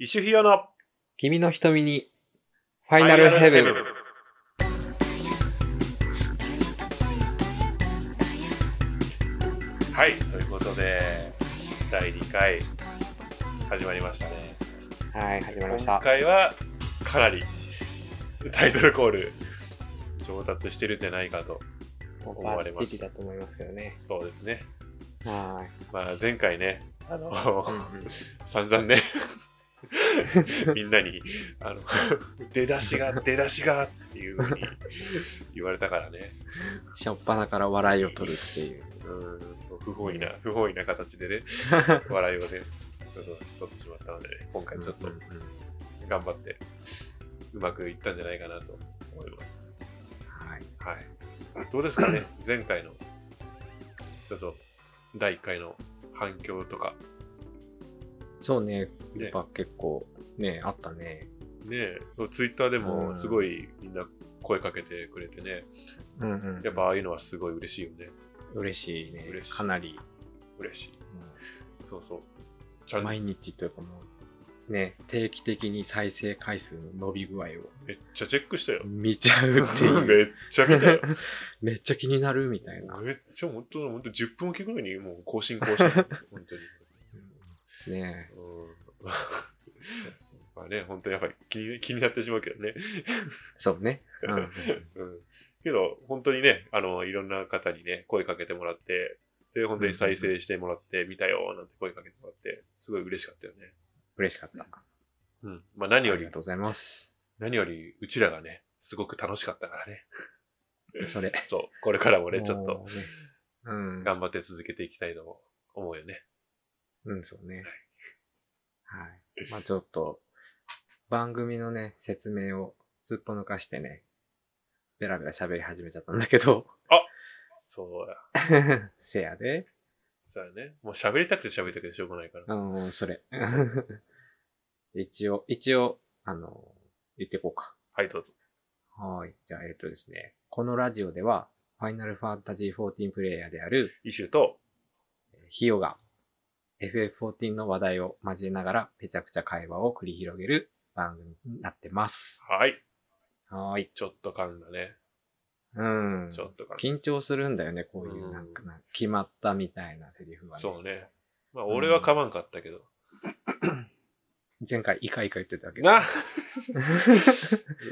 イシュヒヨの君の瞳に、ファイナルヘブン。はい、ということで、第2回、始まりましたね。はい、始まりまし今た。回は、かなり、タイトルコール、上達してるんじゃないかと。もう終わバりまッすチリだと思いますけどね。そうですね。はまあ、前回ね、あのー、い。散々 ねみんなにあの出だしが出だしがっていうふうに言われたからねしょっぱなから笑いを取るっていう。うーん不本意な不本意な形でね笑いをねちょっと取ってしまったので、ね、今回ちょっとうんうんうん頑張ってうまくいったんじゃないかなと思いますはい。はいどうですかね前回のちょっと第1回の反響とかそうね、ねやっぱ結構ね、あったね。ねツイッターでもすごいみんな声かけてくれてね、うんうんやっぱああいうのはすごい嬉しいよね。嬉しいね嬉しいかなり、嬉しい。うそうそう。ちゃんん毎日というかもう、ね、定期的に再生回数の伸び具合をめっちゃチェックしたよ。見ちゃうって めいう。 っちゃ見たよ。めっちゃ気になるみたいな。めっちゃ本当本当10分おきぐらいにもう更新 更新。本当に。ねうん。まあね、本当にやっぱり気に気になってしまうけどね。そうね。うん うんうん。けど、本当にね、あの、いろんな方にね、声かけてもらって、で、本当に再生してもらって、見たよ、なんて声かけてもらって、すごい嬉しかったよね。嬉しかった。うん。まあ何よありりが、とうございます。何より、うちらがね、すごく楽しかったからね。それ。そう、これからもね、ちょっともうね。頑張って続けていきたいと思うよね。うん。うん、そうね。はい。まあちょっと、番組のね、説明をすっぽ抜かしてね、ベラベラ喋り始めちゃったんだけど、 そうや。せやで。そうやね。もう喋りたくて喋りたくてしょうがないから。うん、それ。 一応、一応、あの、言っていこうか。はい、どうぞ。はい。じゃあ、えっとですね、このラジオでは、ファイナルファンタジー14プレイヤーである、イシューと、ヒヨが FF14 の話題を交えながらめちゃくちゃ会話を繰り広げる番組になってます。はい。はーい。ちょっと噛んだね。うん。ちょっと噛ん緊張するんだよね、こういうなんか、決まったみたいなセリフだ。はね。そうね。まあ、俺は噛まんかったけど。前回イカイカ言ってたけど。 な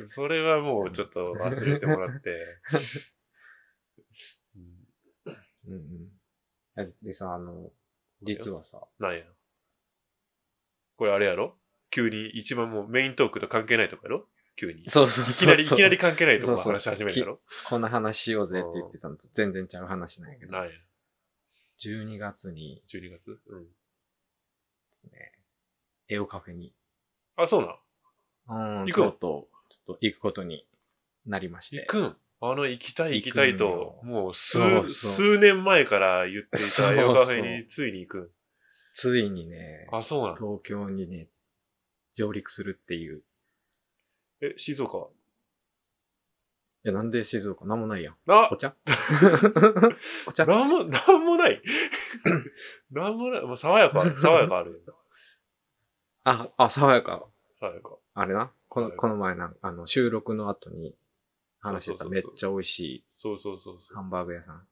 それはもうちょっと忘れてもら って。うんうんうんえ。でさ、あの、実はさ、なんや。これあれやろ急に一番もうメイントークと関係ないとこやろ急に。そうそういきそう。なり、いきなり関係ないとこそうそう話し始めるやろこんな話しようぜって言ってたのと全然ちゃう話なんやけどな、んや。 12月に12月うん。ですね、エオカフェに、あ、そうなん。うん、行くとうとう、ちょっと行くことになりまして行。くん。あの、行きたい行きたいと行、くもう数そうそう数年前から言っていそたうヨガフそェうについに行くん。ついにね、あ、そうなん。東京にね、上陸するっていう。え、静岡いや、なんで静岡なんもないやん。なお、茶 お茶なんも、 なんも ない。なんもない。もう爽やか、爽やかあるよ。あ、あ、爽やか。爽やか。あれな。この、爽やかこの前なんあの、収録の後に話してそうたそうめそうっそうちゃ美味しいそうそうそうそハう。ンバーグ屋さん。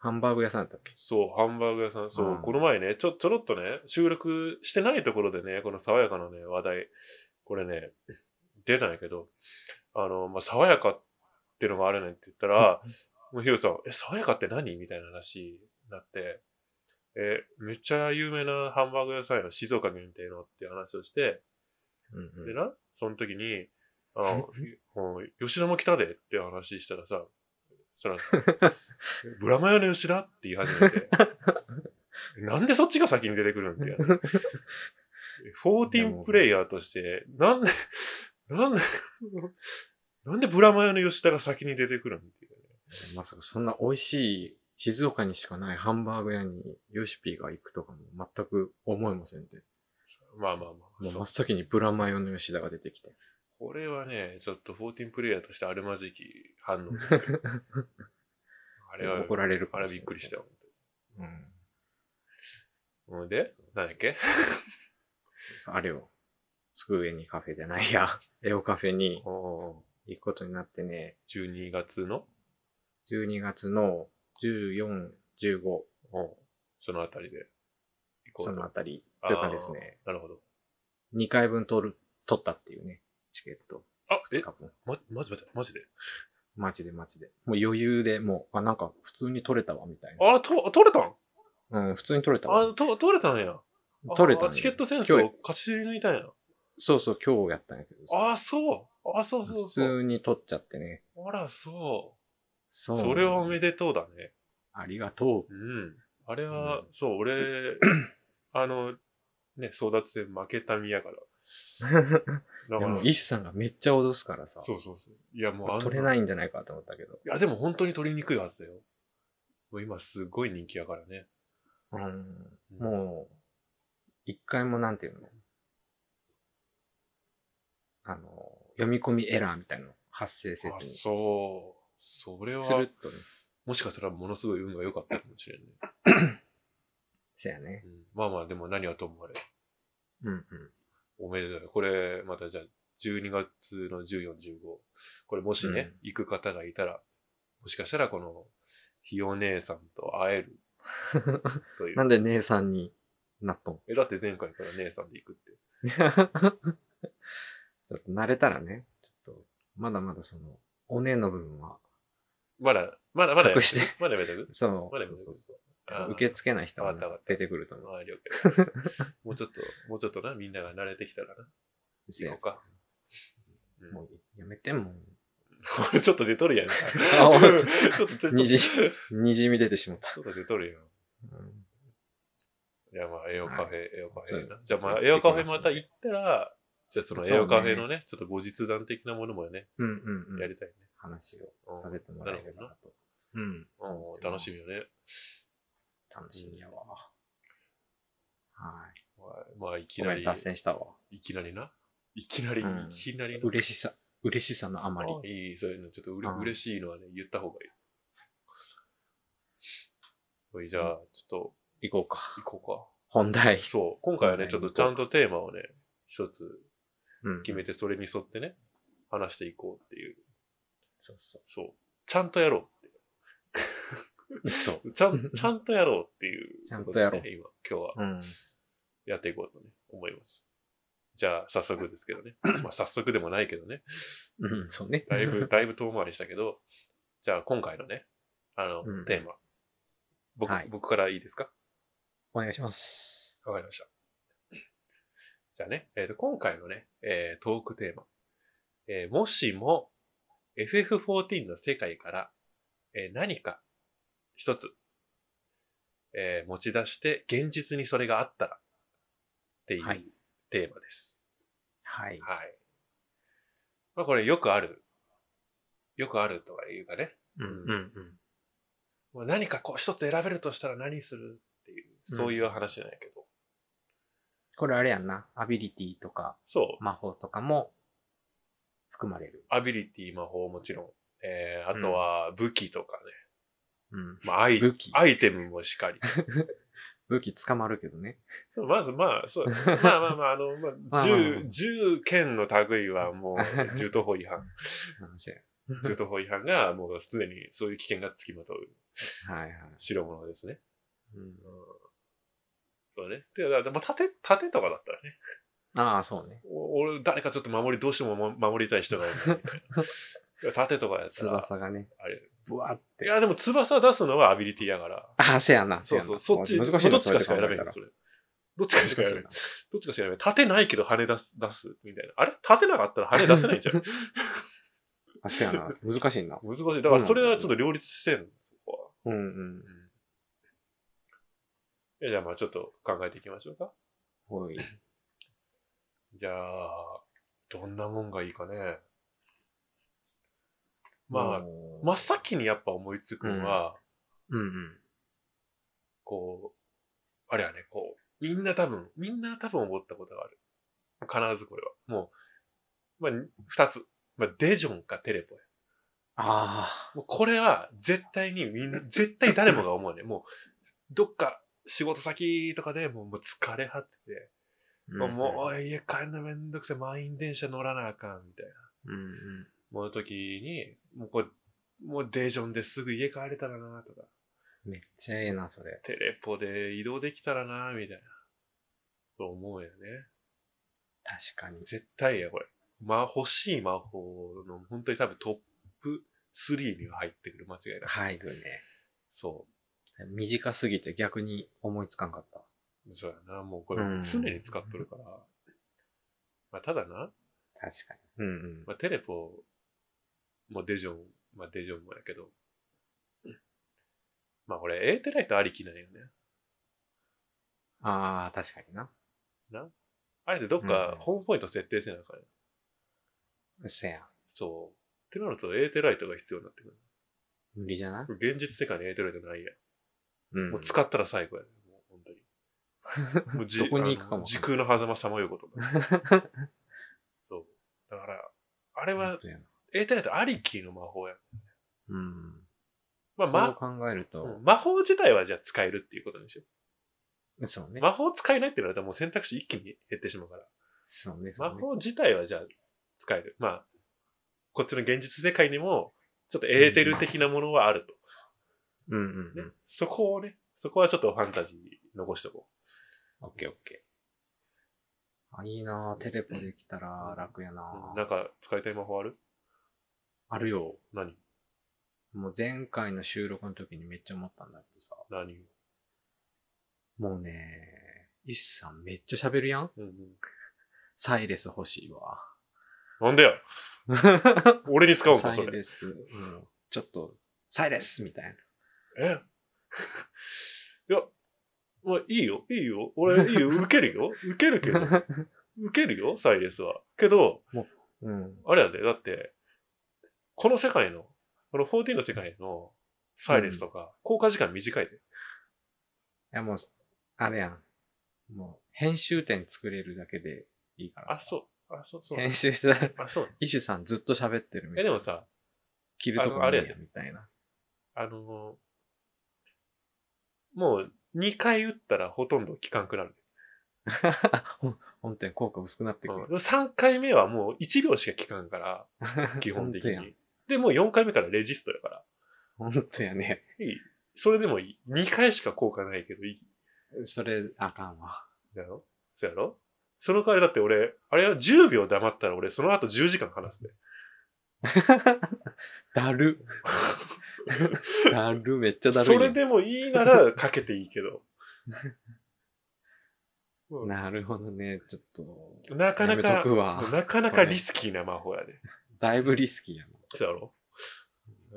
ハンバーグ屋さんだったっけそう、ハンバーグ屋さん。そう、うんこの前ね、ちょ、ちょろっとね、収録してないところでね、この爽やかのね、話題、これね、出たんやけど、あの、まあ、爽やかってのがあるねんって言ったら、もうヒロさん、え、爽やかって何みたいな話になって、え、めっちゃ有名なハンバーグ屋さんやの、静岡限定のっていう話をして、うんでうん。な、その時に、あの、もう吉田も来たでっていう話したらさ、そ ら、ブラマヨの吉田って言い始めて、なんでそっちが先に出てくるんって。14プレイヤーとして、なんで、なんで、なんでブラマヨの吉田が先に出てくるんっていう。まさかそんな美味しい、静岡にしかないハンバーグ屋にヨシピーが行くとかも全く思いませんで。まあまあまもあ。うそ真うっ先にブラマヨの吉田が出てきて。これはね、ちょっと14プレイヤーとしてあるまじき反応ですよ。 あれは、怒られるかあれもはしびれないっくりしたよ。うん。ほんで、なんだっけそうあれよ。スクエニカフェじゃないや、 エオカフェにおー行くことになってね、 12月の12月の14、15、おそのあたりで行こうとそのあたりというかですね、なるほど。 2回分取る、取ったっていうね、チケット。あ、 2え、日分。ま、マジマジマジで。マジでマジで。もう余裕で、もう、あ、なんか普通に取れたわ、みたいあ、と、取れたんな。うん、普通に取れたわあ。、と、取れたんや。あ取れたんよチケットセンスを勝ち抜いたんや。そうそう、今日やったんやけどさ。あ、そう。あ、そうそう普そう。通に取っちゃってね。あら、そう。そそうなの。れはおめでとうだね。ありがとう。うん。あれは、うんそう、 俺、あの、ね、争奪戦負けた身 やから。だでからも、、医師さんがめっちゃ脅すからさ。そうそうそう。いや、もうあんな取れないんじゃないかと思ったけど。いや、でも本当に取りにくいはずだよ。もう今すごい人気やからね。うん。うんもう、一回もなんていうのあの、読み込みエラーみたいなの発生せあずに。すそう。それは、るっとね。もしかしたらものすごい運が良かったかもしれんね。せやねう。ん、まあまあ、でも何はともあれ。うんうん。おめでとう。これ、またじゃあ、12月の14、15。これもしね、行く方がいたら、もしかしたらこの、ひよ姉さんと会え るといなう。んで姉さんになっとん え、だって前回から姉さんで行くって。ちょっと慣れたらね、ちょっと、まだまだその、お姉の部分は、まだ、まだまだやめ隠とし てく、まだやめとくそう、まだやそめとうそうくそうあー受け付けない人がわかったわかった出てくると思う。あー了解もうちょっと、もうちょっとな、みんなが慣れてきたらな。せや行こうかうんもう、やめても ちょっと出とるやんか。あほんと ちょっと出とる。虹ちょう、にじみ出てしまった。っと出とるやん。うんいや、まあ、エオカフェ、エオカフェそなう。じゃあ、まやっあ、てエオカフェきますまんたで行ったら、じゃあ、そのそうエねオカフェのね、ちょっと後日談的なものもね、うんうんうん。やりたいね。話うをんさせてもらえればなと。うん。おー楽しみよね。楽しみやわ。はい。まあ、いきごなめん、り、脱線したわ。いきなりな。いきなり、うんいきなりな。嬉しさ、嬉しさのあまり。あいい、そういうの、ちょっとうれうん嬉しいのはね、言った方がいい。おい、じゃあ、ちょ行こうか。っと、行こ本題うか。。そう、今回はね、ちょっとちゃんとテーマをね、一つうん決めて、それに沿ってね、話していこうっていう。そうそそう。ちゃんとやろう。う。そう。ちゃん、ちゃんとやろうっていう、ちゃんとやろう今、今日はうん。やっていこうとね、思います。じゃあ、早速ですけど ね。まあ、早速でもないけどね。うん、そうね。だい ぶ、だいぶ遠回りしたけど、じゃあ、今回のね、あの、うんテーマ。僕、はい僕からいいですかお願いします。わかりました。 じゃあね、えーと、今回のね、えートークテーマ。えーもしも、FF14 の世界から、えー何か、一つ、えー持ち出して、現実にそれがあったら、っていはういテーマです。はい。はい。まあ、これよくある。よくあるとかいうかね。うんうんうん。まあ、何かこう一つ選べるとしたら何するっていう、そういう話なんやけど。これあれやんな。アビリティとかそう。魔法とかも含まれる。アビリティ、魔法もちろん。えー、あとは武器 とかね。うん。まあ、アイ武器アイテムもしかり。 武器捕まるけどね。そうまずまあ、そう。まあまあまあ、あの、ま まあ、あまあまあ銃、銃剣の類はも う、銃刀法違反。なんせ。銃刀法違反が、もうすでにそういう危険がつきまとう はいはい。代物ですね。うんうん、そうね。で、だまあ、盾、盾とかだったらね。ああ、そうね。お俺、誰かちょっと守り、どうしても も守りたい人がおるみたいな。盾とかやったら、翼がね、あれ。ブワーっいて。や、でも翼出すのはアビリティやから。ああ、せやな。せそやうなそう、そっち、難しいどなっちかしか選べそうやって考えたない、らそれ。どっちかしか選べない。難どっちかしか選べない。縦ないけど羽出す、出す、みたいな。あれ縦なかったら羽出せないじ ゃん。あ、せやな。難しいな。 難しい。だからそれはちょっと両立してんの、そこうんうん。は。えじゃあまあちょっと考えていきましょうか。ほい。じゃあ、どんなもんがいいかね。まあ、もう真っ。先にやっぱ思いつくのは、うんうん。こう、あれはね、こう、みんな多分、みんな多分思ったことがある。必ずこれは。もう、まあ、二つ。まあ、デジョンかテレポや。ああ。もうこれは絶対にみんな、絶対誰もが思うね。もう、どっか仕事先とかでもうもう疲れ果てて、もう家帰るのめんどくせえ、満員電車乗らなあかん、みたいな。うん、うん。もう時に、もうこれ、もうデージョンですぐ家帰れたらなとか、めっちゃええな、それ。テレポで移動できたらなみたいな。と思うよね。確かに。絶対や、これ。まあ、欲しい魔法の、本当に多分トップ3には入ってくる、間違いなく。入るね。そ短すぎて逆に思いつかんかった。う。そうやな。もうこれうん常に使っとるから。まあ、ただな、確かに。うんうん。まあ、テレポもデジョン、まあ、デジョンもやけど、まあ、これ、エーテライトありきなんよね。ああ、確かにな。あれでどっうかんホームポイント設定せなあかんよせやん。そう。ってなると、エーテライトが必要になってく無理じゃないる。現実世界にエーテライトないやうんん。もう使ったら最後やねもう本当に。 もうじどこに行くかもあの時空の狭間さまようことになる そう。だから、あれ本は、当やなエーテライトありきの魔法やん。うん。まあ、それをま考えると、うん魔法自体はじゃあ使えるっていうことにしよそうう。ね。魔法使えないってなるともう選択肢一気に減ってしまうから。そうね、そ魔うね。法自体はじゃあ使える。まあ、こっちの現実世界にも、ちょっとエーテル的なものはあると。うんうんうねん。そこをね、そこはちょっとファンタジー残しておこオッケーオッケー。あ、いいなぁ。テレポできたら楽やう。なうんぁ。なんか使いたい魔法あるあるよ。何もう前回の収録の時にめっちゃ思ったんだけどさ。何もうねイシさんめっちゃ喋るやんうんうん。サイレス欲しいわ。なん でよ俺に使うんサか、そイれ。レス。うん。ちょっと、サイレスみたいな。え いや、まあいいよ、いいよ。俺、いいよ、受けるよ。受けるけど。受けるよ、サイレスは。けど、 うん。あれやで、だって、この世界の、この14の世界のサイレスとか、効果時間短いで。いやもう、あれやん。もう、編集点作れるだけでいいからあ、さ。そう。あ、そう、そう。編集してたら、あ、そう。イシュさんずっと喋ってるみたえ、いでな。もさ、切るとあのこああれやるでやみたいな。あのーもう2回打ったらほとんど効かんくなる。 ほん本当に効果薄くなってくる。うん、3回目はもう1秒しか効かんから、 基本的に。で、もう4回目からレジストだから。本当やん。本当やね。いい。それでもいい。2回しか効果ないけどいい。それ、あか んわ。だろそうやろその代わりだって俺、あれは10秒黙ったら俺その後10時間話すで。だる。だる、めっちゃだるいそやん。れでもいいならかけていいけ ど。うんなるほどね。ちょっと、なかなやめかと、くわ。なかなかリスキーな魔法やで。だいぶリスキーやな。そう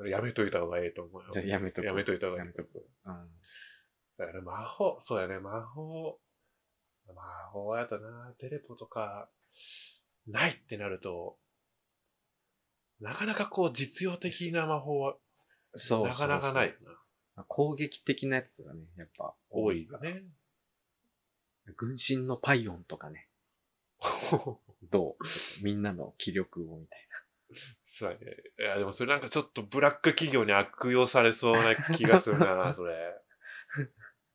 やろやめといた方がええと思うよ。じゃあやめとく。やめといた方がやいいめ。とく。うん。だから魔法、そうやね、魔法。魔法やとな、テレポとか、ないってなると、なかなかこう実用的な魔法は、そうなかなかないよな。そう。攻撃的なやつがね、やっぱ多いよ。ね。軍神のパイオンとかね。どうちょっとみんなの気力をみたいそうやね。いや、でもそれなんかちょっとブラック企業に悪用されそうな気がするな、それ。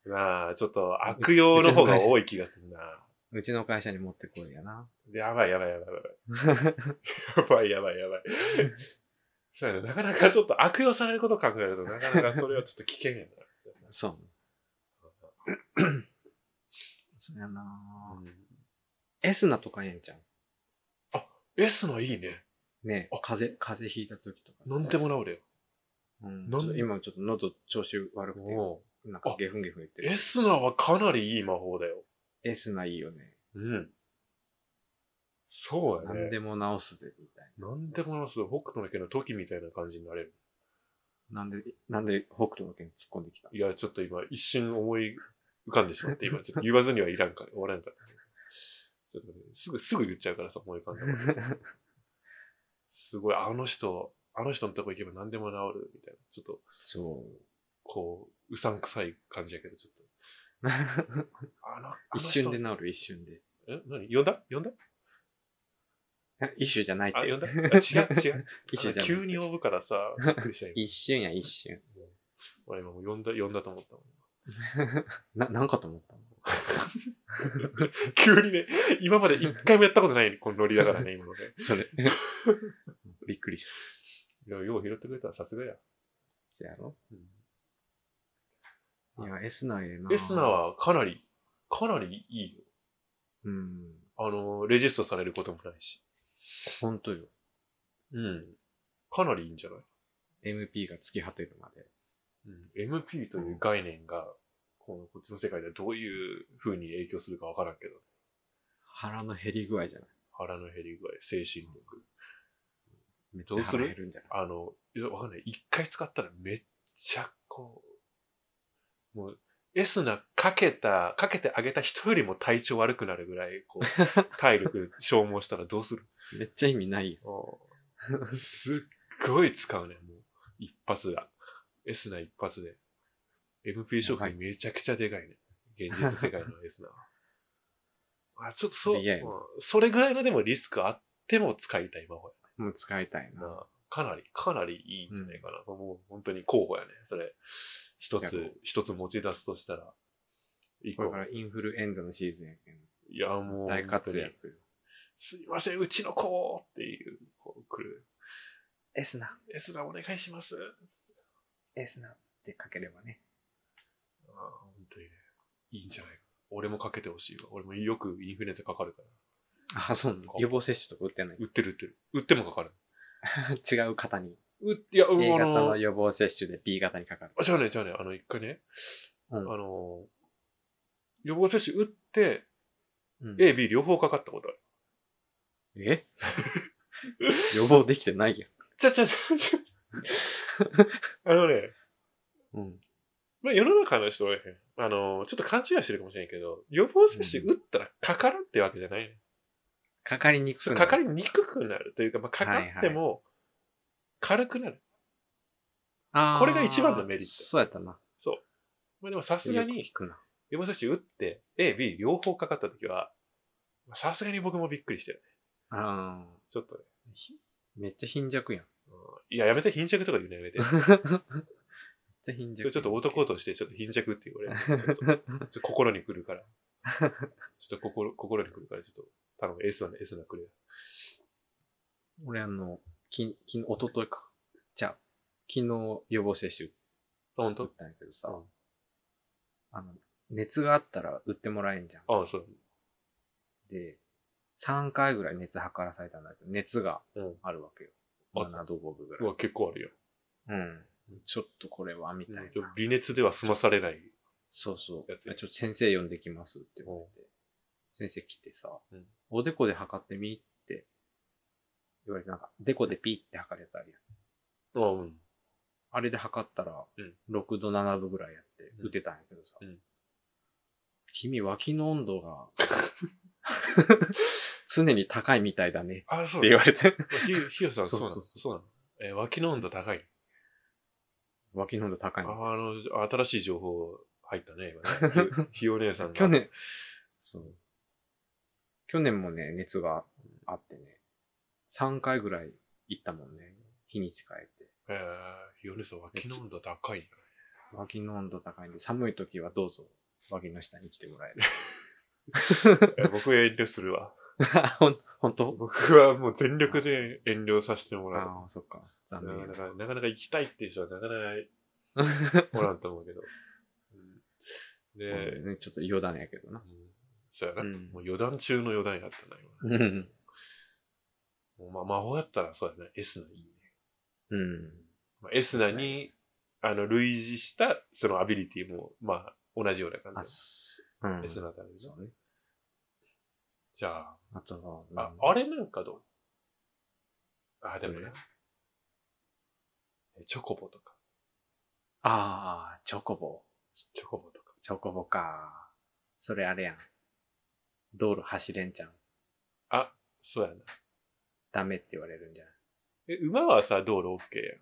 なあ、ちょっと悪用の方が多い気がするな。な。うちの会社に持ってこいやな。やばいやばいやばいやばい。やばいやばいやばい。そうやね。なかなかちょっと悪用されることを考えると、なかなかそれはちょっと危険やそう。 そやなな。ぁ。エスナとかええんちゃ S のいいね。うねえあ風邪、風邪ひいた時とかさ。飲んでもらうでよ。うん、飲んちょっと今ちょっと喉調子悪くて、もなんかゲフンゲフン言ってう、る。 S ナはかなりいい魔法だよ。エスナいいよね。うん。そうやね。何でも治すぜ、みたいなんでもなす北斗の拳の時みたいな感じになれる。な。なんで、なんで北斗の剣突っ込んできたいや、ちょっと今、一瞬思い浮かんでしま って、今、ちょっと言わずにはいらんから、終わらんから。ちょっとね、すぐ、すぐ言っちゃうからさ、思い浮かんだこと。 すごい、あの人、あの人のとこ行けば何でも治る、みたいな。ちょっと、そう。こう、うさんくさい感じやけど、ちょっと。あの、あの一人瞬で。治る、一瞬で。 え何呼んだ呼んだ一種じゃないって。あ、呼 んだあ違う、違う。一種じゃあのない。急に呼ぶから さ、びっくりした今一瞬や、一瞬。 俺今もう呼んだ、呼んだと思ったもん。 な、なんかと思ったの急にね、今まで一回もやったことない、このノリだからね、今のね。それ。びっくりしいや、よう拾ってくれた、さすがや。た。やろいや、エスナーええな。エスナー。はかなり、かなりいいよ。うん。あの、レジストされることもないし。ほんとよ。うん。かなりいいんじゃない MP が突き果てるまで。うん、MP という概念が、このこっちの世界ではどういう風に影響するかわからんけど、腹の減り具合じゃない。腹の減り具合、精神力。めっどちうゃす腹る減るんじゃないあの、いやわかんない。一回使ったらめっちゃこう、もう、エスナかけた、かけてあげた人よりも体調悪くなるぐらい、こ う、体力消耗したらどうするめっちゃ意味ないよ。すっごい使うね、もう。一発だ。エスナ一発で。MP 商品めちゃくちゃでかいね。現実世界のエ スナは。あちょっとそう、いやいやうんそれぐらいのでもリスクあっても使いたい魔法もう使いたいやな。な。かなり、かなりいいんじゃないかな。もう本当に候補やね。それ、一やろつう、一つ持ち出すとしたら、いいこ子れからインフルエンザのシーズンやけん。いや、もう、大活躍。すいません、うちの子っていう、こう来る。エスナー、エスナお願いします。エスナーって書ければね。ああ、本当にね。いいんじゃないか。俺もかけてほしいわ。俺もよくインフルエンザかかるから。あ、そうなの予防接種とか打ってない。 売ってる売ってる。売ってもかかる。違う方に。ういや、うん、 A あ型の、のあ、予防接種で B 型にかかる。違うね、違うね。あの、一回ね、うんあの、予防接種打って、うん A、B 両方かかったことある。え 予防できてないやちゃちゃちゃ ちゃ。あのね、ん。うん。まあ、世の中の人はね、あの、ちょっと勘違いしてるかもしれないけど、予防接種打ったらかからんってわけじゃないね。かかりにくそくうなかるかりにくくなるというか、まあ、かかっても軽くなる。あーこれが一番のメリットそうやったな。まあ、でもさすがによく聞、くな。予防接種打って、A、B 両方かかったときは、まあさすがに僕もびっくりしてるね。あちょっとね。ーひめっちゃ貧弱やん。うんいや、やめて、貧弱とか言うのやめて。 めっちゃ貧弱ちやん。ょっと男として、ちょっと貧弱って言わ れる。ちょっとちょっと心に来るから。ちょっと心心に来るから、ちょっと、頼む、S な、S なくれ。俺あの、き、き、おとといか。じゃあ、昨日予防接種あ、ほん打っとたんやけどさ、あの、熱があったら打ってもらえんじゃん。あ、そう。で、3回ぐらい熱測らされたんだけど、熱がうんあるわけよ。あ7度5分ぐうらいわ、。結構あるよ。うん。ちょっとこれは、みたいな。ちょ微熱では済まされない。そうそう。やつねちょっと先生呼んできますって言われて。先生来てさ、うんおでこで測ってみって言われて、なんか、でこでピって測るやつあるやん。あうん。あれで測ったらうん、 6度7分ぐらいやってうん打てたんやけどさ。うん君、脇の温 度が、常に高いみたいだね。あ、そっうてなの。言わ れて。ひひよさん、そそううなそうの。そうそうなの。えー脇の温度高い。脇の温度高あいの。あの、新しい情報入ったね、今 ね。ひひよ姉さんが。去年、そう。去年もね、熱があってね、3回ぐらい行ったもんね。日にち変えて。えー、ヨネさん、脇の温度高いんだね。脇の温度高いんで、寒い時はどうぞ、脇の下に来てもらえる。 いや僕は遠慮するわ。ほん、ほんと僕はもう全力で遠慮させてもらう。ああ、そっか。な残か念なか、なかなか行きたいっていう人はなかなか や。おらんと思うけど。うん、で、うんね、ちょっと余談やけどな。そうやな、うんもう余談中の余談やったな、うん。今。もうまあ、魔法やったらそうやな、エスナいいね。うん。まあ、エスナに、あの、類似した、そのアビリティも、まあ、同じようなあ感じ。す、うんエ。スナだね。そうね。じゃあ、あとは、あ、うんあれなんかどうあ、でもどねれ。えチョコボとか。ああ、チョコボ。チョコボとか。チョコボか。それあれやん。道路走れんじゃん。あ、 そうやな。ダメって言われるんじゃないえ、馬はさ、道路 OK や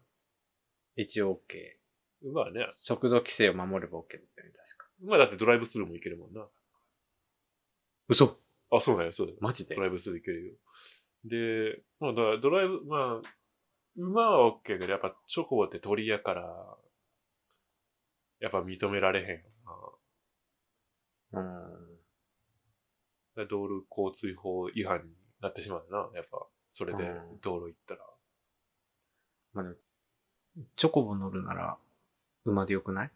一応 OK。ん。馬はね、速度規制を守れば OK だったよね、確か。馬だってドライブスルーも行けるもんな。嘘あ、そうだよ、そうだよ。マジでドライブスルー行けるよ。で、まあ、だからドライブ、まあ、馬は OK やけど、やっぱチョコボって鳥やから、やっぱ認められへんよな。あうん。で道路交通法違反になってしまうな、やっぱ。それでうん道路行ったら。まあでも、チョコボ乗るなら、馬でよくない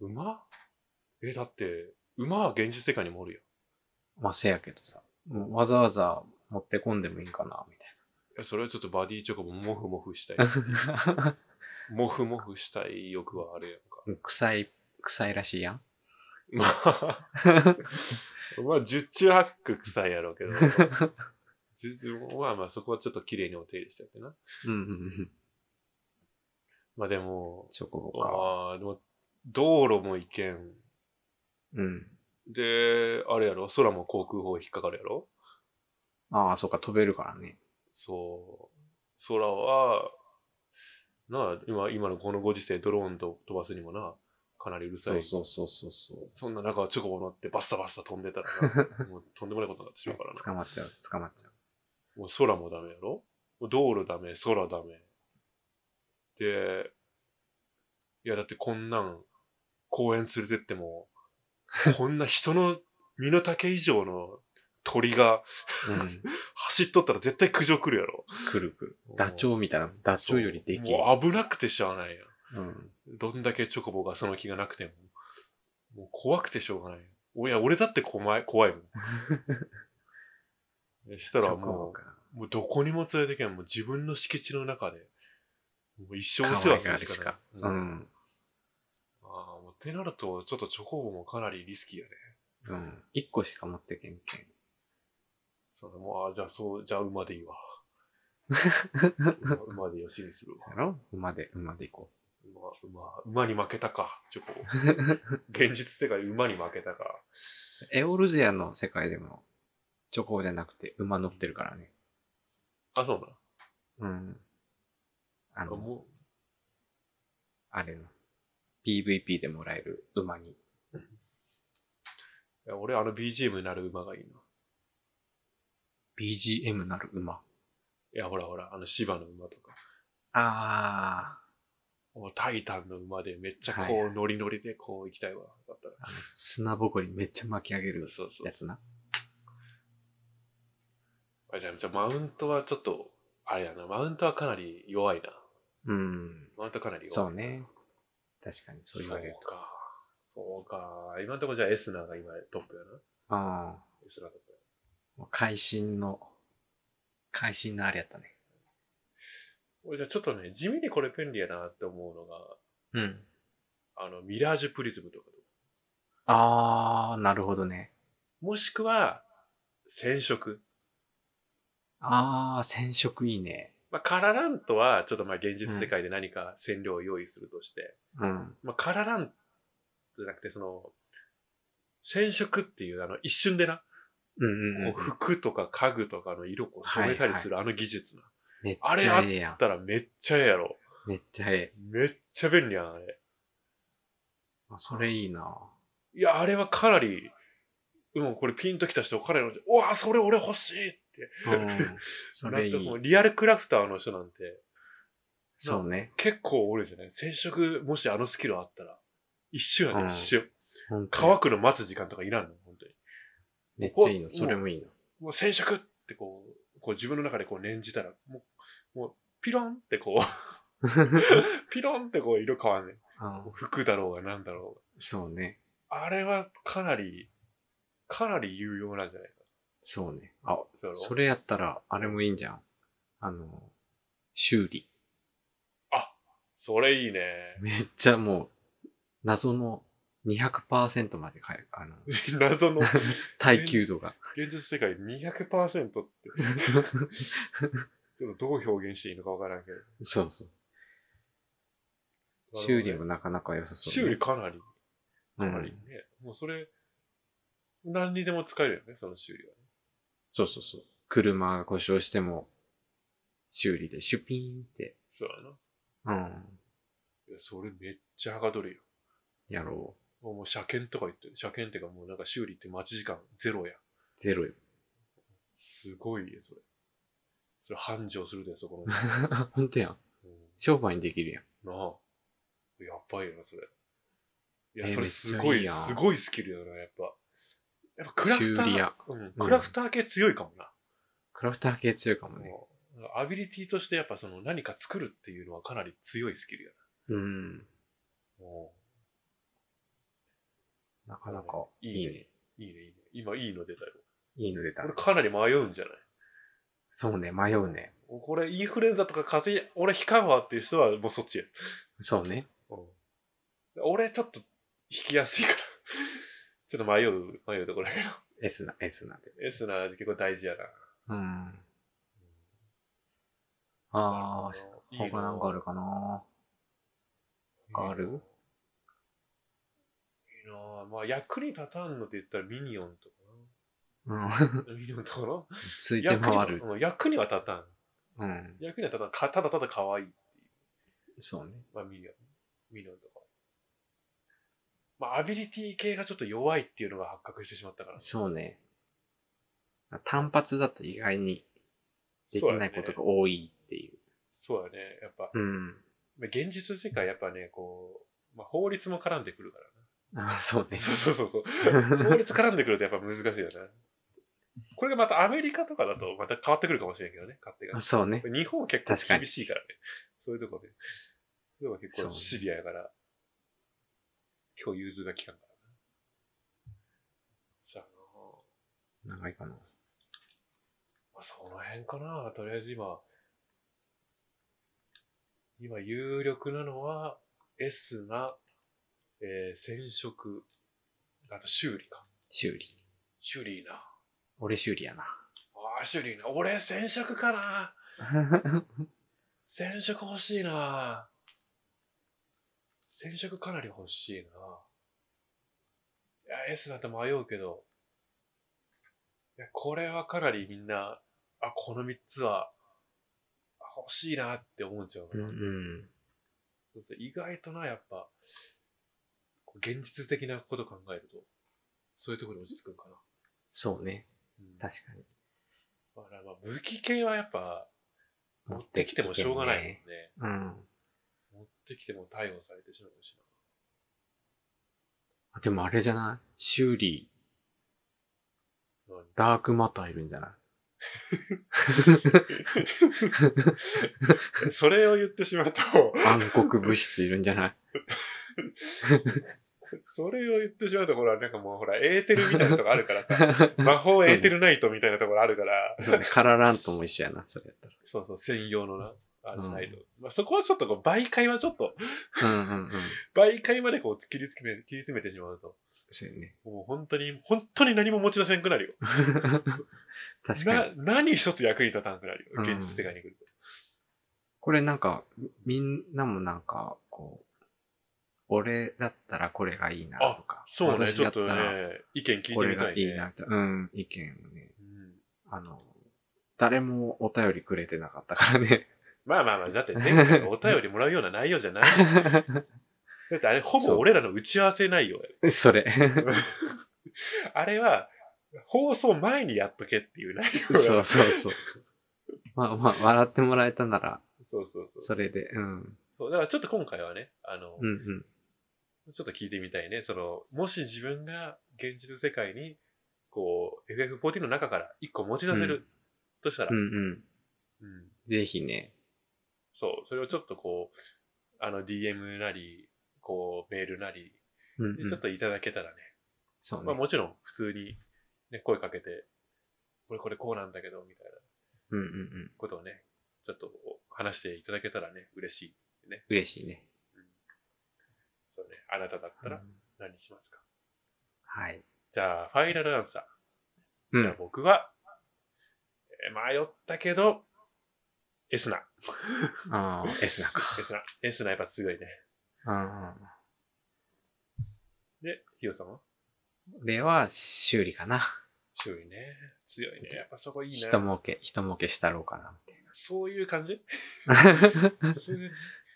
馬え、だって、馬は現実世界にもおるやん。いまあ、せやけどさ。もうわざわざ持ってこんでもいいんかな、みやそれはちょっとバディチョコもモフモフしたい。たいな。 モフモフしたい欲はあるやんか。臭い、臭いらしいやん。ま あ、 まあ、十中八九臭いやろうけど。十中まあまあ、そこはちょっと綺麗にお手入れしちゃってな。うんうんうん。まあでも、チョコボか。ああ、でも、道路も行けん。うん。で、あれやろ空も航空法引っかかるやろああ、そうか、飛べるからね。そう。空は、なあ、今、今のこのご時世、ドローンと飛ばすにもな、かなりうるさそうい。そうそうそうそう。そんな中、チョコボ乗ってバッサバッサ飛んでたら な、もうとんでもないことになってしまうからな。捕まっちゃう、捕まっちゃう。もう空もダメやろもう道路ダメ、空ダメ。で、いやだってこんなん、公園連れてって も、こんな人の身の丈以上の鳥がうん。走っとったら絶対苦情来るやろ。くるくる。ダチョウみたいな、ダチョウよりできる。もう危なくてしゃあないやうん。ん。どんだけチョコボがその気がなくても。もう怖くてしょうがない。おいや、俺だって怖い、 怖いもん。したらもう、か。もうどこにも連れてけん。もう自分の敷地の中で、もう一生お世可話愛すがるるししかないか。。うあん。あ、もうってなると、ちょっとチョコボもかなりリスキーやね。うん。一個しか持ってけんけん。そうだもう、あじゃあそう、じゃあ馬でいい わ。馬馬でよしにするわ。やろ馬で、馬で行こ馬、馬、馬に負けたか、チョコボ。 現実世界馬に負けたか。う。エオルゼアの世界でも、チョコじゃなくて馬乗ってるからね。あ、そうな。うん。ああの、もあれの、PVP でもらえる馬に。ういや俺、あの BGM になる馬がいいな。 BGM なる馬。いや、ほらほら、あの芝の馬とか。あもうタイタンの馬でめっちゃはいこう、ノリノリでこう行きたいわ。だったらー。。あの砂ぼこりめっちゃ巻き上げるそうそうや。つな。あじゃあ、じゃあマウントはちょっと、あれやな、マウントはかなり弱いな。うん。マウントはかなり弱い。そうね。確かに、そう言われるそうか。そうか。今のところじゃあエスナーが今トップやな。と。うん。エスナートップ。もう会心の、会心のあれやったね。俺じゃあちょっとね、地味にこれ便利やなって思うのが、うん。あの、ミラージュプリズムとか。あー、なるほどね。もしくは、染色。あー、染色いいね。まあ、カララントは、ちょっとまあ現実世界で何か染料を用意するとして、うん。まあ、カララントじゃなくて、その、染色っていう、あの、一瞬でな、うんうんうこう。ん服とか家具とかの色をこう染めたりするあの技術な。めっあれちあゃっええやん。たらめっちゃええやろ。めっちゃええ。めっちゃ便利やん、あれ。あそれいいないや、あれはかなり、うん、これピンときた人、彼の、うわ、それ俺欲しいって。うん。 それいなんかもうい。リアルクラフターの人なんてそうね。結構おるじゃない染色、もしあのスキルあったら、一瞬やうね、ん一瞬。本当に乾くの待つ時間とかいらんの、本当に。めっちゃいいの。それもいいの。もう染色ってこう、こう自分の中でこう念じたら、もう、もう、ピロンってこう、 ピロンってこう色変わんねん。あ服だろうがなんだろそうね。うが。あれはかなり、かなり有用なんじゃないか。そうね。あ、そのそれやったら、あれもいいんじゃん。あの、修理。それいいね。 めっちゃもう、謎の200%まで変える。あの、謎の、現耐久度が。実世界200%って、ちょっとどう表現していいのかわからんけど。そうそう。修理もなかなか良さそう、ね。修理かなり、うかなりねん。。もうそれ、何にでも使えるよね、その修理は。そうそうそう。車が故障しても、修理でシュピーンって、そうやな。うん、いや、それめっちゃはかどるよ。やろう。もうもう車検とか言ってる。車検ってかもうなんか修理って待ち時間ゼロや。ゼロよ。 すごいよ、それ。それ繁盛するで、そこの。 ほんとやん。うん商売にできるやん。なあ。やばいよな、それ。いや、えーそれめっちゃすごいいい、やんすごいスキルだな、やっぱ。やっぱクラフタ修ー理屋、うん、クラフター系強いかもな。クラフター系強いかもね。もうアビリティとしてやっぱその何か作るっていうのはかなり強いスキルやうん。な。もなかなかういいいいねね。いいね、いいね。今いいの出たよ。いいの出たこ。れかなり迷うんじゃないそうね、迷うね。これインフルエンザとか風邪、俺引かんわっていう人はもうそっちや。そうね。俺ちょっと引きやすいから。 ちょっと迷う、迷うところやけど。 S な、S なで。 S な結構大事やな。うん。ああ、他なんかあるかな。他あるいいなぁまあ役に立たんのって言ったらミニオンとうん。かな。ミニオンとかなついて回る。役に役には立たん。うん。役には立たん。かただただ可愛い。そうね。まあミニオン。ミニオンとか。まあアビリティ系がちょっと弱いっていうのが発覚してしまったから。そうね。単発だと意外にできないこそとうやねが多いっていう。そうだね。やっぱ、うん。まあ現実世界やっぱね、こう、まあ法律も絡んでくるから ああ、そうねな。。そうそうそうそう。法律絡んでくるとやっぱ難しいよね。これがまたアメリカとかだとまた変わってくるかもしれんけどね、勝手があ。そうね。日本は結構確かに厳しいからね。そういうとこで。そういうとこ結構シビアやから、今日融通が利かんからな。じゃあな長いかな。まあ、その辺かな。とりあえず今、今有力なのは、S な、えー、染色、あと修理か。修理。修理いいな。俺修理やな。 ああ、修理いいな。俺染色かな。染色欲しいな。染色かなり欲しいな。いや、S だと迷うけど、いや、これはかなりみんな、あ、この3つは、あ欲しいなって思うんちゃうかうんな。うん。そうそう意外とな、やっぱ、こう現実的なこと考えると、そういうところに落ち着くんかな。そうね。うん確かに。だからまあ武器系はやっぱ、持ってきてもしょうがないもんね。うん。持ってきても逮捕されてしまうしな。あでもあれじゃない修理、ダークマターいるんじゃない、何それを言ってしまうと 暗黒物質いるんじゃないそれを言ってしまうと、ほら、なんかもうほら、エーテルみたいなとこある からさ、魔法エーテルナイトみたいなところあるから、そうね。カララントも一緒やな、それやっそうそう、専用のな、あうの、んナイト。まあ、そこはちょっとこう、媒介はちょっと、たら。うんうんうん。媒介までこう、切りつけめ、切り詰めてしまうと、そうやね。もう本当に、本当に何も持ち出せなくなるよ。確かに。な、何一つ役に立たなくなるうよ。現ん実世界に来ると。これなんか、みんなもなんか、こう、俺だったらこれがいいなとか。そうね、私ちょだっとねたら、意見聞いこてれみたがいいいねな。みたいな。うん、意見をね。うんあの、誰もお便りくれてなかったからね。 まあまあまあ、だって前回お便りもらうような内容じゃない。だってあれ、ほぼ俺らの打ち合わせ内容やそれ。あれは、放送前にやっとけっていう内容そやうそうそうそう。まあまあ、笑ってもらえたなら、そうそうそうそれで、うん。そう。だからちょっと今回はね、あの、うんうん。ちょっと聞いてみたいね。その、もし自分が現実世界に、こう、FF14 の中から一個持ち出せるとしたら、うんうん。うんぜひね。そう、それをちょっとこう、あの DM なり、こう、メールなり、うん、うでちょっん。といただけたらね、そうまあね。もちろん普通に、ね、声かけて、これこれこうなんだけど、みたいなうんうんうん。ことをね、ちょっと話していただけたらね、嬉しい。嬉しいね。そうね、あなただったら何しますか、はい。じゃあ、ファイナルアンサうー。じゃあん。僕は、えー迷ったけど、エスナ。ああ、S なんか。エスナ。エスナやっぱ強いね。ああ。で、ヒロさんは俺は修理かな。強いね。強いね。やっぱそこいい人な。儲け、人儲けしたろうかな、みそういう感じ たいな。そういう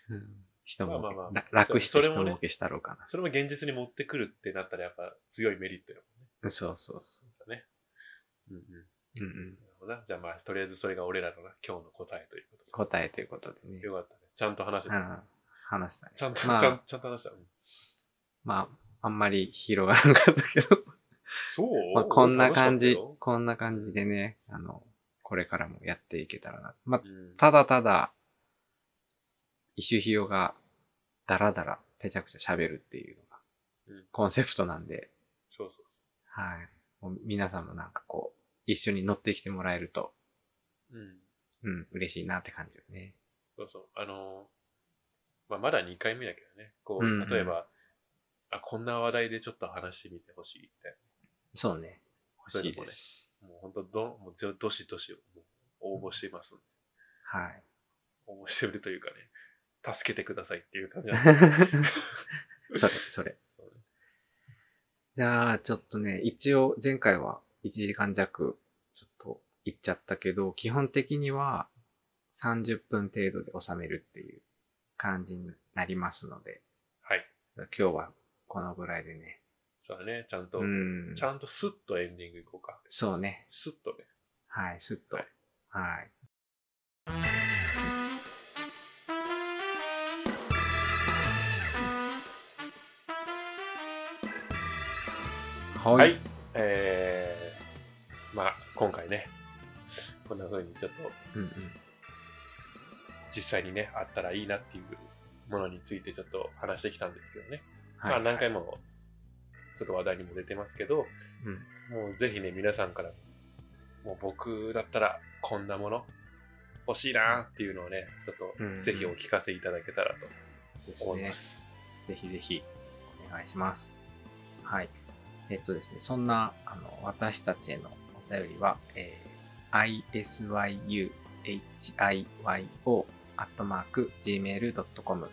うん人まあ儲まあまあけ、ら楽してそれ人もね儲けしたろうかそれも現実に持ってくるってなったらやっぱ強いメリットよ。な。そうそうそうんうん。う。うんうん。なるほどな。じゃあまあ、とりあえずそれが俺らのな、今日の答えということで。答えということでね。よかったね。ちゃんと話せうた。ん。話したね。ちゃんと、まあちゃんちゃんと話した。うんまあ、あんまり広がらなかったけど、そう、まあ、こんな感じ楽しかっ、こんな感じでね、あの、これからもやっていけたらな。まあた、ようんただただ、一周ひよが、だらだら、ぺちゃくちゃ喋るっていうのがうん、コンセプトなんで、そうそはい。もう皆さんもなんかこう、一緒に乗ってきてもらえると、う。うん。うん、嬉しいなって感じよね。そうそう。あのーまあ、まだ2回目だけどね。こうんうう、ん例えば、あ、こんな話題でちょっと話してみてほしいみたいそうね。そうい欲しういとこねです。な。もう本当ど、もうぜどしどしもう応募してます、 はい。応募してるというかね、助けてくださいっていう感じ なんでそれ、それそうね。じゃあ、ちょっとね、一応前回は1時間弱、ちょっと行っちゃったけど、基本的には30分程度で収めるっていう感じになりますので、はい。今日はこのぐらいでね。そうだね。ちゃんと、うん。ちゃんとスッとエンディングいこうか。そうね。スッとね。はい、すっと。ははいい。はい。はい。えー、まあ、今回ね、こんな風にちょっとうんうん。実際にね、あったらいいなっていうものについてちょっと話してきたんですけどね。はまあい。何回もちょっと話題にも出てますけど、うんもうぜひね、皆さんから、もう僕だったらこんなもの欲しいなっていうのをね、ちょっうんとうんぜひお聞かせいただけたらですと思いねま。す。ぜひぜひお願いします。はい。えっとですね、そんな、あの、私たちへのお便りは、えー、isyuhiyo.gmail.com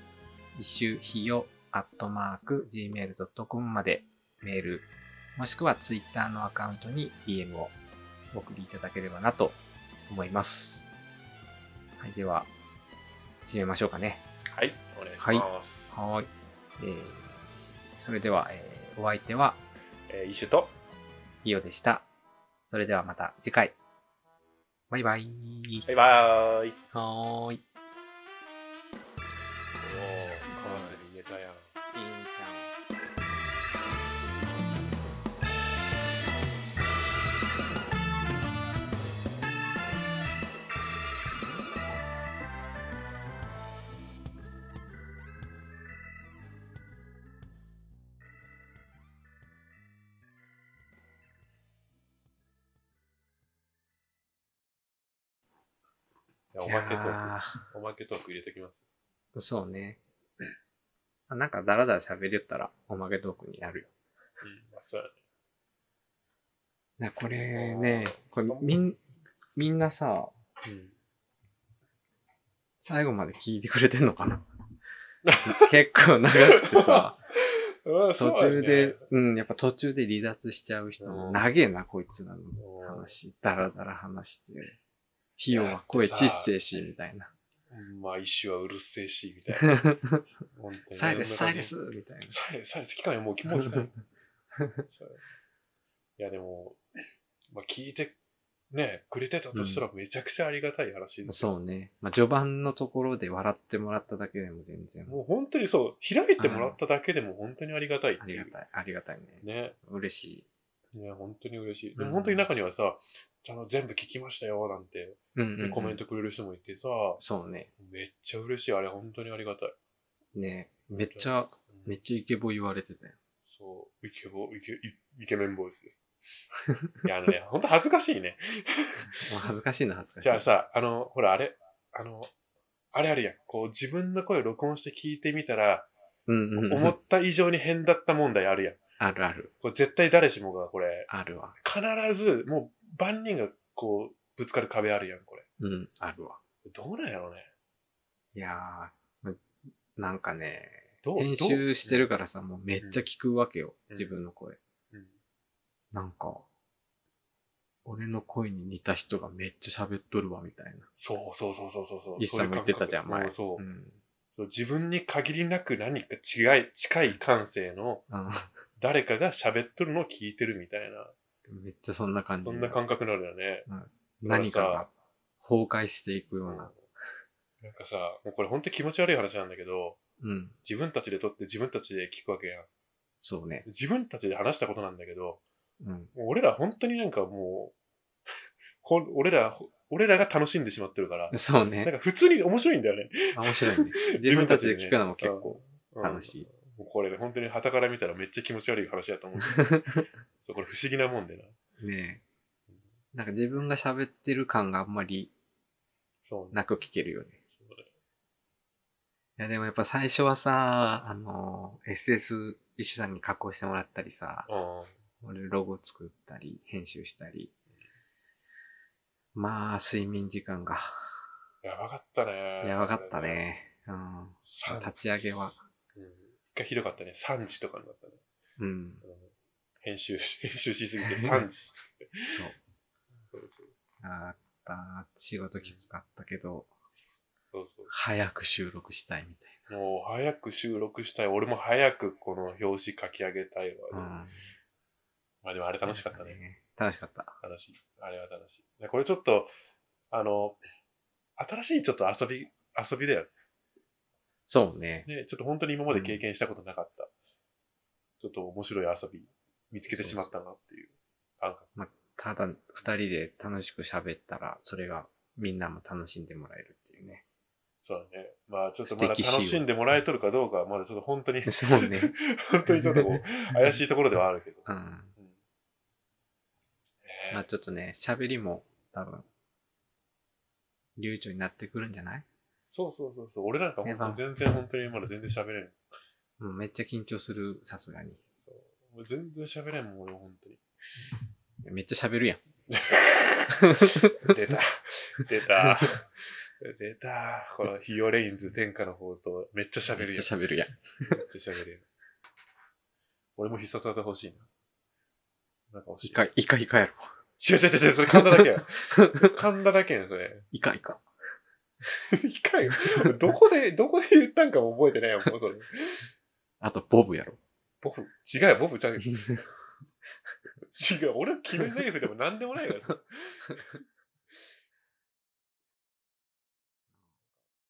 一周ひよ .gmail.com までメール、もしくはツイッターのアカウントに DM をお送りいただければなと思います。はい、では、締めましょうかね。はい、お願いします。はーい。えー、それでは、えー、お相手はえー、イシュと、イオでした。それではまた次回。バイバイ。バイバーイ。はーい。いいんおー、カマスに言えたやん。ちゃん。いやおまけトいーやク、おまけトーク入れときます。ーそうね。あなんかダラダラ喋りよったらおまけトークになるよ。うん、まあ、そうだね。なこれね、これみん、みんなさ、うん。最後まで聞いてくれてんの かな結構長くてさ。途中で、うん、やっぱ途中で離脱しちゃう人うんも、長えな、こいつらのうん話、だらだら話して、費用は声ちっせえし、みたいな。うんまあ、一周はうるせえし、みたい な。本当にサイレス、サイレ。ス、みたいサイレス、サイレス、聞かない、もう聞かない。そういや、でも、まあ、聞いて、ね、くれてたとしたらめちゃくちゃありがたい話な。ですよ、そうね。まあ、序盤のところで笑ってもらっただけでも全然、もう本当にそう、開いてもらっただけでも本当にありがたいっあていりがう。たい、ありがたいね。ね。嬉しい。ね、本当に嬉しい。でうもん本当に中にはさ、あの全部聞きましたよ、なんて、うんうんでうん。コメントくれる人もいてさ、そうね。めっちゃ嬉しい。あれ、本当にありがたい。ねめっちゃ、うんめっちゃイケボ言われてたよ。そう、イケボ、イケ、イイケメンボイスです。いや、あのね、ほんと恥ずかしいね。もう恥ずかしいな、恥ずかしい。じゃあさ、あの、ほら、あれ、あの、あれあるやん。こう、自分の声を録音して聞いてみたら、うんうんう思ん。った以上に変だった問題あるやん。あるある、これ絶対誰しもが、これ、あるわ。必ず、もう、万人が、こう、ぶつかる壁あるやん、これ。うん、あるわ。どうなんやろね。いやー、まなんかね、どう編集してるかからさ、もうめっちゃ聞くわけよ、うん自分の声。ら。うんなんか、俺の声に似た人がめっちゃ喋っとるわ、みたいな。そうそうそうそうそうそう。一さんも言ってたじゃん、そういう前。感覚そうう。そうんそう。自分に限りなく何か違い、近い感性の、あ誰かが喋っとるのを聞いてるみたいな、 めっちゃそんな感じ。そんな感覚になるよね。何かが崩壊していくような。なんかさ、もうこれ本当に気持ち悪い話なんだけど、うん。自分たちで撮って自分たちで聞くわけやん。そうね。自分たちで話したことなんだけど、うん。もう俺ら本当になんかもう、 こん俺ら、俺らが楽しんでしまってるから、そうなんね。か普通に面白いんだよね。あ面白い ね。自分たちで聞くのも結構楽い。しい。もうこれね、本当に傍から見たらめっちゃ気持ち悪い話だと 思うけど。そうこれ不思議なもんでな。ねえ。なんか自分が喋ってる感があんまりそうね。なく聞けるよね。そうねいやでもやっぱ最初はさ、あの、SS 一緒さんに加工してもらったりさ、うん俺ロゴ作ったり、編集したり。まあ、睡眠時間がやばかったね。やばかった。ね。うん。三立ち上げは。うん一回ひどかったね。3時とかになったね。うん。うん編集、編集し すぎ て3時。そう。そうそうあった。仕事きつかったけど、そうそう早く収録したいみたいもう早く収録したい。俺も早くこの表紙書き上げたいわ。な。うん。まあでもあれ楽しかったね。ね。楽しかった。楽しい。あれは楽しい。でこれちょっと、あの、新しいちょっと遊び、遊びだよそうね。ね。ね、ちょっと本当に今まで経験したことなかった。ちょっと面白い遊び見つけてしまったなっていう感覚。ただ、二人で楽しく喋ったら、それがみんなも楽しんでもらえるっていうね。 そうだね。まあちょっとまだ素楽敵仕様しんでもらえとるかどうかはまだちょっと本当 に、そうね。本当にちょっとこう、怪しいところではあるけど。うん。うんまあちょっとね、喋りも多分、流暢になってくるんじゃないそうそうそうそう。俺なんかやば本当に全然本当にまだ全然喋れん。うん、めっちゃ緊張する、さすがに。もう全然喋れんもん、俺本 当に。めっちゃ喋るやん。出た。出た。出た。このヒヨレインズ天下の宝刀。めっちゃ喋めるっやん。ちゃ喋るやん。めっちゃ喋るやん。俺も必殺技欲しいな。なんか欲しい。イカ、イカイカやろ。違う違う違う、それ噛んだだけ や。噛んだだけやん、それ。イカイカ。一回、どこで、どこで言ったんかも覚えてないよ、もうそれ。あと、ボ ブやろ。ボフ。違うよ、ボフちゃうよ。違う、俺、決め台詞でも何でもないから。